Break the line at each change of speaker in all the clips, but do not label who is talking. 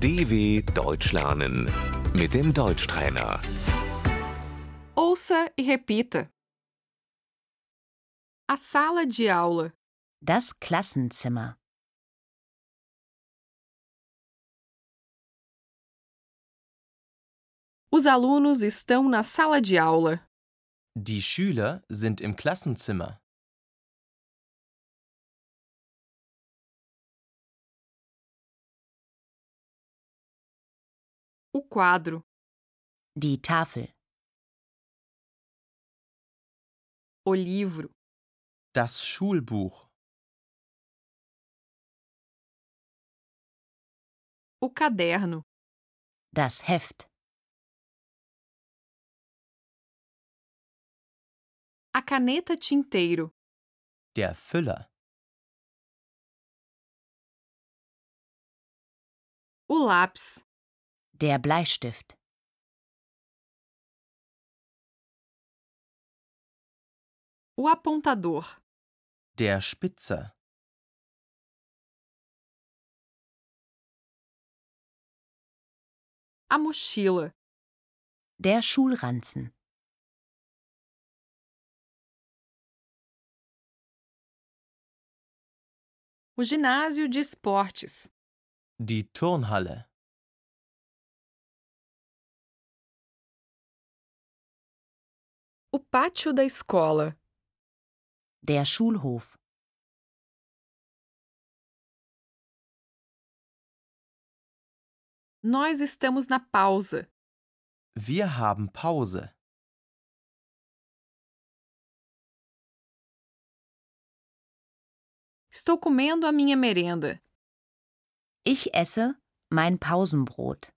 DW Deutsch lernen mit dem Deutschtrainer.
Ouça e repita. A sala de aula,
Das Klassenzimmer.
os alunos estão na sala de aula.
Die Schüler sind im Klassenzimmer.
O quadro,
Die Tafel.
o livro,
Das Schulbuch.
o caderno,
Das Heft.
a caneta tinteiro,
Der Füller.
o lápis,
Der Bleistift.
o apontador,
Der Spitzer.
a mochila,
Der Schulranzen.
o ginásio de esportes,
Die Turnhalle.
o pátio da escola,
Der Schulhof.
nós estamos na pausa,
Wir haben Pause.
estou comendo a minha merenda,
Ich esse mein Pausenbrot.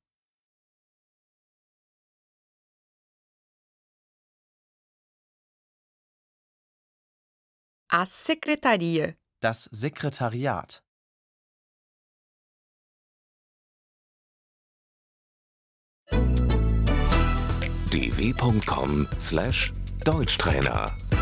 a secretaria.
Das Sekretariat.
dw.com/deutschtrainer